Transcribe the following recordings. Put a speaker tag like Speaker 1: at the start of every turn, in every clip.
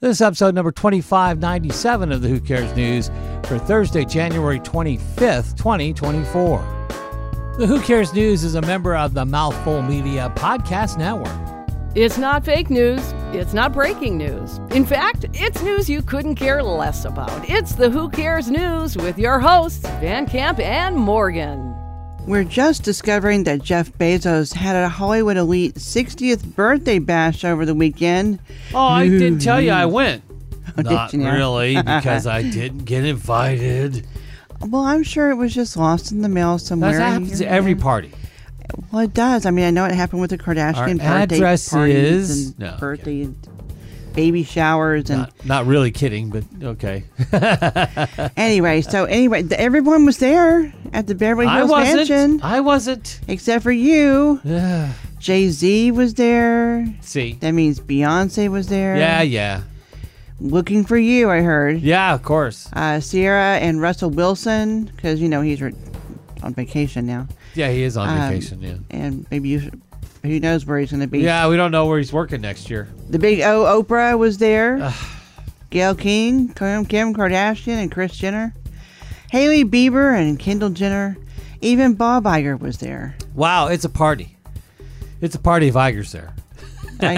Speaker 1: This is episode number 2597 of the Who Cares News for Thursday, January 25th, 2024. The Who Cares News is a member of the Mouthful Media Podcast Network.
Speaker 2: It's not fake news. It's not breaking news. In fact, it's news you couldn't care less about. It's the Who Cares News with your hosts, Van Camp and Morgan.
Speaker 3: We're just discovering that Jeff Bezos had a Hollywood Elite 60th birthday bash over the weekend.
Speaker 4: Oh, I did tell you I went.
Speaker 3: did
Speaker 1: Not
Speaker 3: you now?
Speaker 1: really, because I didn't get invited.
Speaker 3: Well, I'm sure it was just lost in the mail somewhere.
Speaker 1: That happens
Speaker 3: here
Speaker 1: at every
Speaker 3: and there.
Speaker 1: party.
Speaker 3: Well, it does. I mean, I know it happened with the Kardashian
Speaker 1: Our
Speaker 3: birthday
Speaker 1: address
Speaker 3: parties
Speaker 1: is-
Speaker 3: and
Speaker 1: No, okay.
Speaker 3: birthday and baby showers and
Speaker 1: Not, not really kidding, but okay.
Speaker 3: anyway. So anyway, th- everyone was there at the Beverly
Speaker 1: I
Speaker 3: Hills
Speaker 1: wasn't.
Speaker 3: mansion
Speaker 1: I wasn't.
Speaker 3: except for you.
Speaker 1: Ugh,
Speaker 3: Jay Z was there.
Speaker 1: See.
Speaker 3: That means Beyonce was there.
Speaker 1: Yeah, yeah.
Speaker 3: Looking for you, I heard.
Speaker 1: Yeah, of course.
Speaker 3: uh, Sierra and Russell Wilson because you know he's re- on vacation now,
Speaker 1: Yeah, he is on
Speaker 3: Um,
Speaker 1: vacation, yeah.
Speaker 3: and maybe you should, who knows where he's going to be.
Speaker 1: Yeah, we don't know where he's working next year.
Speaker 3: The big O Oprah was there, Gail King, Kim, Kim Kardashian, and Chris Jenner, Haley Bieber and Kendall Jenner, even Bob Iger was there.
Speaker 1: Wow, it's a party. It's a party of Igers there.
Speaker 3: I,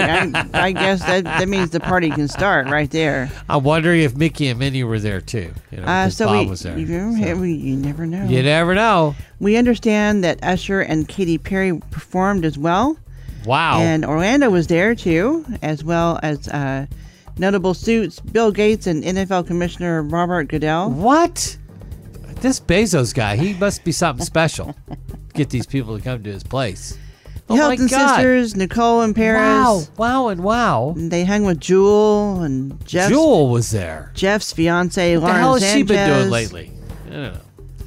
Speaker 3: I, I guess that that means the party can start right there.
Speaker 1: I'm wondering if Mickey and Minnie were there too. You know,
Speaker 3: Uh,
Speaker 1: 'cause
Speaker 3: so
Speaker 1: Bob
Speaker 3: we,
Speaker 1: was there.
Speaker 3: You,
Speaker 1: so.
Speaker 3: we- you never know.
Speaker 1: You never know.
Speaker 3: we understand that Usher and Katy Perry performed as well.
Speaker 1: Wow.
Speaker 3: And Orlando was there too, as well as uh, notable suits Bill Gates and NFL Commissioner Robert Goodell.
Speaker 1: what? This Bezos guy, he must be something special. Get these people to come to his place. Oh my
Speaker 3: Helton
Speaker 1: God.
Speaker 3: sisters, Nicole and Paris.
Speaker 1: Wow, wow, and wow.
Speaker 3: And they hung with Jewel and Jeff's,
Speaker 1: Jewel was there.
Speaker 3: Jeff's fiance,
Speaker 1: What the
Speaker 3: Lauren
Speaker 1: hell has
Speaker 3: Sanchez.
Speaker 1: she been doing lately? I don't know.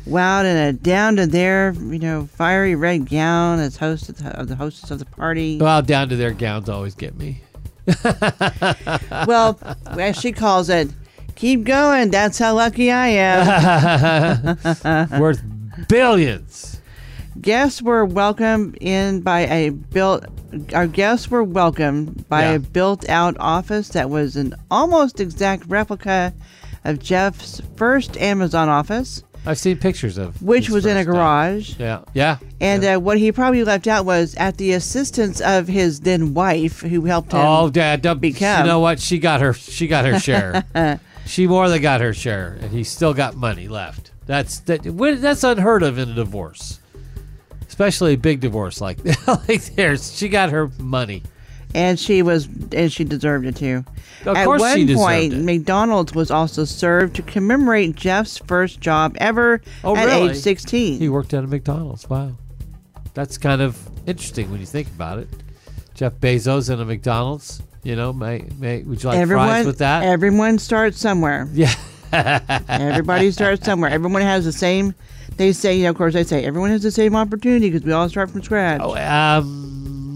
Speaker 3: Wowed in a down to their, you know, fiery red gown as host of the, of the hostess of the party.
Speaker 1: Well, down to their gowns always get me.
Speaker 3: well, as she calls it, keep going. That's how lucky I am.
Speaker 1: Worth billions.
Speaker 3: guests were welcomed in by a built our guests were welcomed by
Speaker 1: Yeah.
Speaker 3: a built out office that was an almost exact replica of Jeff's first Amazon office,
Speaker 1: I've seen pictures of
Speaker 3: which
Speaker 1: his
Speaker 3: was in a
Speaker 1: first time.
Speaker 3: garage.
Speaker 1: Yeah, yeah.
Speaker 3: And uh, what he probably left out was at the assistance of his then wife, who helped him.
Speaker 1: Oh, Dad, don't,
Speaker 3: become.
Speaker 1: you know what? She got her. She got her share. she more than got her share, and he still got money left. That's that. what- That's unheard of in a divorce, especially a big divorce like like theirs. She got her money.
Speaker 3: and she was, and she deserved it too.
Speaker 1: Of
Speaker 3: At
Speaker 1: course she
Speaker 3: one
Speaker 1: deserved
Speaker 3: point,
Speaker 1: it.
Speaker 3: McDonald's was also served to commemorate Jeff's first job ever
Speaker 1: Oh,
Speaker 3: at
Speaker 1: really?
Speaker 3: age 16.
Speaker 1: He worked at a McDonald's. Wow, that's kind of interesting when you think about it. Jeff Bezos in a McDonald's. You know, may, may would you like fries with that?
Speaker 3: Everyone starts somewhere.
Speaker 1: Yeah.
Speaker 3: everybody starts somewhere. Everyone has the same. They say, you know, of course, they say everyone has the same opportunity because we all start from scratch.
Speaker 1: Oh, um,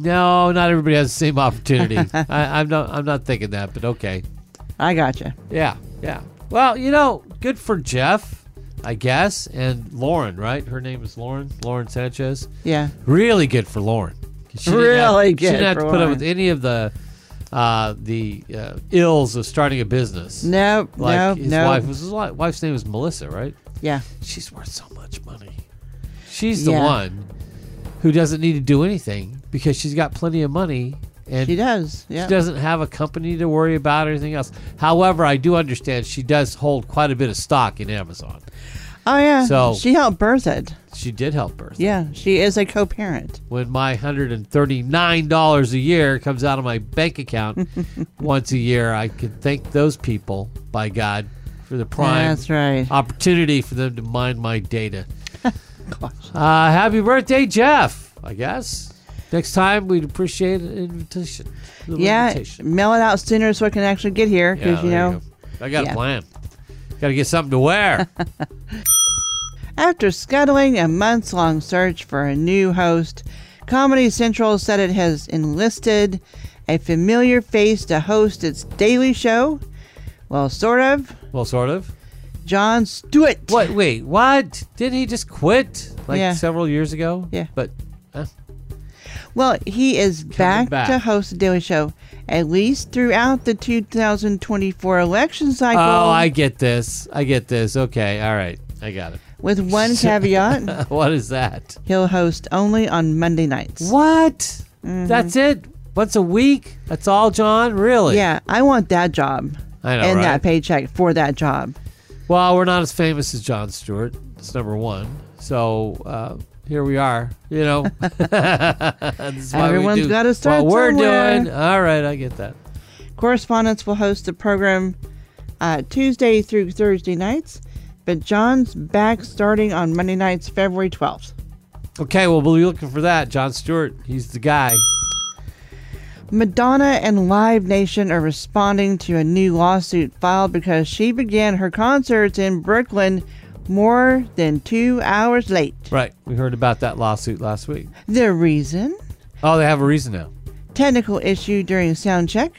Speaker 1: no, not everybody has the same opportunity. I, I'm not. I'm not thinking that, but okay.
Speaker 3: I gotcha.
Speaker 1: Yeah, yeah. Well, you know, good for Jeff, I guess, and Lauren, right? Her name is Lauren, Lauren Sanchez.
Speaker 3: Yeah.
Speaker 1: Really good for Lauren. She didn't
Speaker 3: Really
Speaker 1: have, She
Speaker 3: good
Speaker 1: didn't have
Speaker 3: for
Speaker 1: to put up
Speaker 3: Lauren.
Speaker 1: with any of the uh, the uh, ills of starting a business.
Speaker 3: No,
Speaker 1: like
Speaker 3: no,
Speaker 1: his
Speaker 3: no.
Speaker 1: wife was his wi- wife's name is Melissa, right?
Speaker 3: yeah.
Speaker 1: She's worth so much money. She's the
Speaker 3: Yeah.
Speaker 1: one who doesn't need to do anything because she's got plenty of money and
Speaker 3: She does. Yeah.
Speaker 1: she doesn't have a company to worry about or anything else. However, I do understand she does hold quite a bit of stock in Amazon.
Speaker 3: Oh, yeah.
Speaker 1: So-
Speaker 3: she helped birth it.
Speaker 1: She did help Bertha.
Speaker 3: Yeah. She is a co parent.
Speaker 1: When my $139 a year comes out of my bank account once a year, I can thank those people, by God, for the prime Oh,
Speaker 3: That's right.
Speaker 1: opportunity for them to mine my data. uh, happy birthday, Jeff, I guess. Next time, we'd appreciate an invitation. a little
Speaker 3: Yeah.
Speaker 1: invitation.
Speaker 3: Mail it out sooner so I can actually get here because, you
Speaker 1: there
Speaker 3: know,
Speaker 1: go. I got
Speaker 3: yeah.
Speaker 1: a plan. Got to get something to wear.
Speaker 3: After scuttling a months long search for a new host, Comedy Central said it has enlisted a familiar face to host its daily show. Well, sort of.
Speaker 1: well, sort of.
Speaker 3: John Stewart.
Speaker 1: What? Wait, what? Didn't he just quit like
Speaker 3: Yeah.
Speaker 1: several years ago?
Speaker 3: Yeah.
Speaker 1: But uh,
Speaker 3: Well, he is back,
Speaker 1: back.
Speaker 3: to host the Daily Show at least throughout the 2024 election cycle.
Speaker 1: Oh, I get this. I get this. Okay. All right. I got it.
Speaker 3: with one caveat,
Speaker 1: what is that?
Speaker 3: he'll host only on Monday nights.
Speaker 1: What? That's it. Once a week? That's all, John? Really?
Speaker 3: Mm-hmm. Yeah, I want that job
Speaker 1: I know,
Speaker 3: and uh,
Speaker 1: right?
Speaker 3: that paycheck for that job.
Speaker 1: Well, we're not as famous as John Stewart. It's number one. So uh, here we are. You know, This is why we
Speaker 3: Everyone's
Speaker 1: do
Speaker 3: gotta start
Speaker 1: What we're
Speaker 3: somewhere.
Speaker 1: doing. All right, I get that.
Speaker 3: Correspondents will host the program uh, Tuesday through Thursday nights, but John's back starting on Monday nights, February 12th.
Speaker 1: Okay, well, we'll be looking for that. John Stewart, he's the guy.
Speaker 3: Madonna and Live Nation are responding to a new lawsuit filed because she began her concerts in Brooklyn more than two hours late.
Speaker 1: Right. We heard about that lawsuit last week.
Speaker 3: The reason?
Speaker 1: Oh, they have a reason now.
Speaker 3: Technical issue during sound check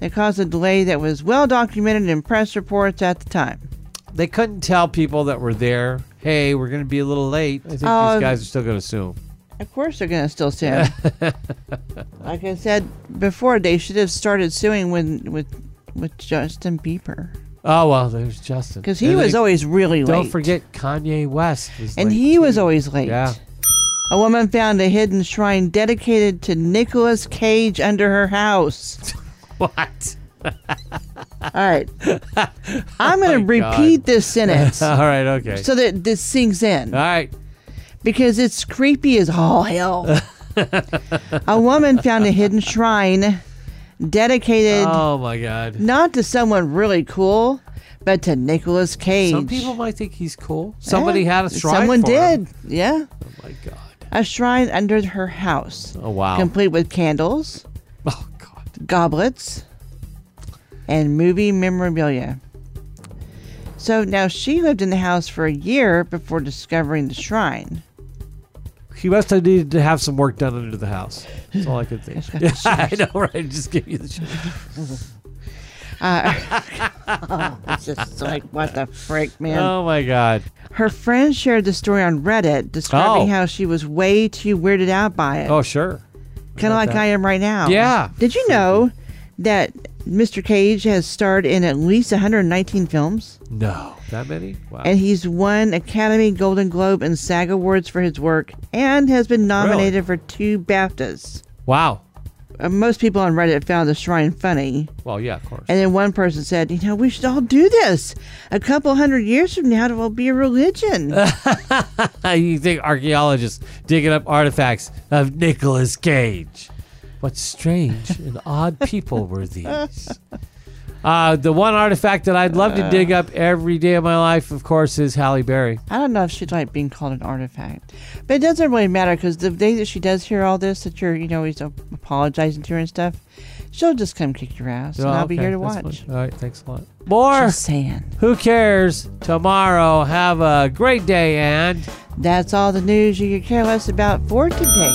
Speaker 3: that caused a delay that was well documented in press reports at the time.
Speaker 1: They couldn't tell people that were there, hey, we're going to be a little late. Um, I think
Speaker 3: Oh.
Speaker 1: these guys are still going to sue. 'em.
Speaker 3: Of course, they're going to still sue. like I said before, they should have started suing when with with Justin Bieber
Speaker 1: Oh, well, there's Justin.
Speaker 3: because he
Speaker 1: And
Speaker 3: was
Speaker 1: they-
Speaker 3: always really late.
Speaker 1: Don't forget Kanye West. Was
Speaker 3: and
Speaker 1: late,
Speaker 3: he was
Speaker 1: too.
Speaker 3: always late.
Speaker 1: Yeah.
Speaker 3: A woman found a hidden shrine dedicated to Nicolas Cage under her house.
Speaker 1: What?
Speaker 3: All right, I'm going to
Speaker 1: Oh God.
Speaker 3: repeat this sentence
Speaker 1: All right, okay. Uh.
Speaker 3: so that this sinks in.
Speaker 1: All right.
Speaker 3: because it's creepy as all hell. a woman found a hidden shrine dedicated
Speaker 1: Oh my God.
Speaker 3: not to someone really cool, but to Nicolas Cage.
Speaker 1: Some people might think he's cool. Somebody
Speaker 3: Yeah,
Speaker 1: had a shrine.
Speaker 3: Someone
Speaker 1: for
Speaker 3: did.
Speaker 1: him.
Speaker 3: Yeah,
Speaker 1: Oh my God.
Speaker 3: a shrine under her house,
Speaker 1: Oh wow.
Speaker 3: complete with candles,
Speaker 1: oh God.
Speaker 3: goblets, and movie memorabilia. So now she lived in the house for a year before discovering the shrine.
Speaker 1: He must have needed to have some work done under the house. That's all I could think. yeah, I know, right? Just give you the shit.
Speaker 3: Uh, it's just like what the frick, man.
Speaker 1: Oh my God.
Speaker 3: Her friend shared the story on Reddit, describing
Speaker 1: Oh.
Speaker 3: how she was way too weirded out by it,
Speaker 1: Oh sure.
Speaker 3: kind of like
Speaker 1: that.
Speaker 3: I am right now.
Speaker 1: Yeah.
Speaker 3: Did you know that Mr. Cage has starred in at least 119 films,
Speaker 1: No. That many? Wow.
Speaker 3: and he's won Academy, Golden Globe, and SAG awards for his work, and has been nominated for two BAFTAs.
Speaker 1: wow.
Speaker 3: Uh, Most people on Reddit found the shrine funny.
Speaker 1: Well, yeah, of course.
Speaker 3: And then one person said, "You know, we should all do this. A couple hundred years from now, it will be a religion."
Speaker 1: you think archaeologists digging up artifacts of Nicolas Cage. What strange and odd people were these? Uh, the one artifact that I'd love to dig up every day of my life, of course, is Halle Berry.
Speaker 3: I don't know if she'd like being called an artifact, but it doesn't really matter because the day that she does hear all this, that you're, you know, he's uh, apologizing to her and stuff, she'll just come kick your ass, and
Speaker 1: Oh,
Speaker 3: I'll be
Speaker 1: okay,
Speaker 3: here to
Speaker 1: that's
Speaker 3: watch.
Speaker 1: fine. All right, thanks a lot. More.
Speaker 3: Just saying.
Speaker 1: Who cares? Tomorrow. Have a great day and.
Speaker 3: That's all the news you could care less about for today.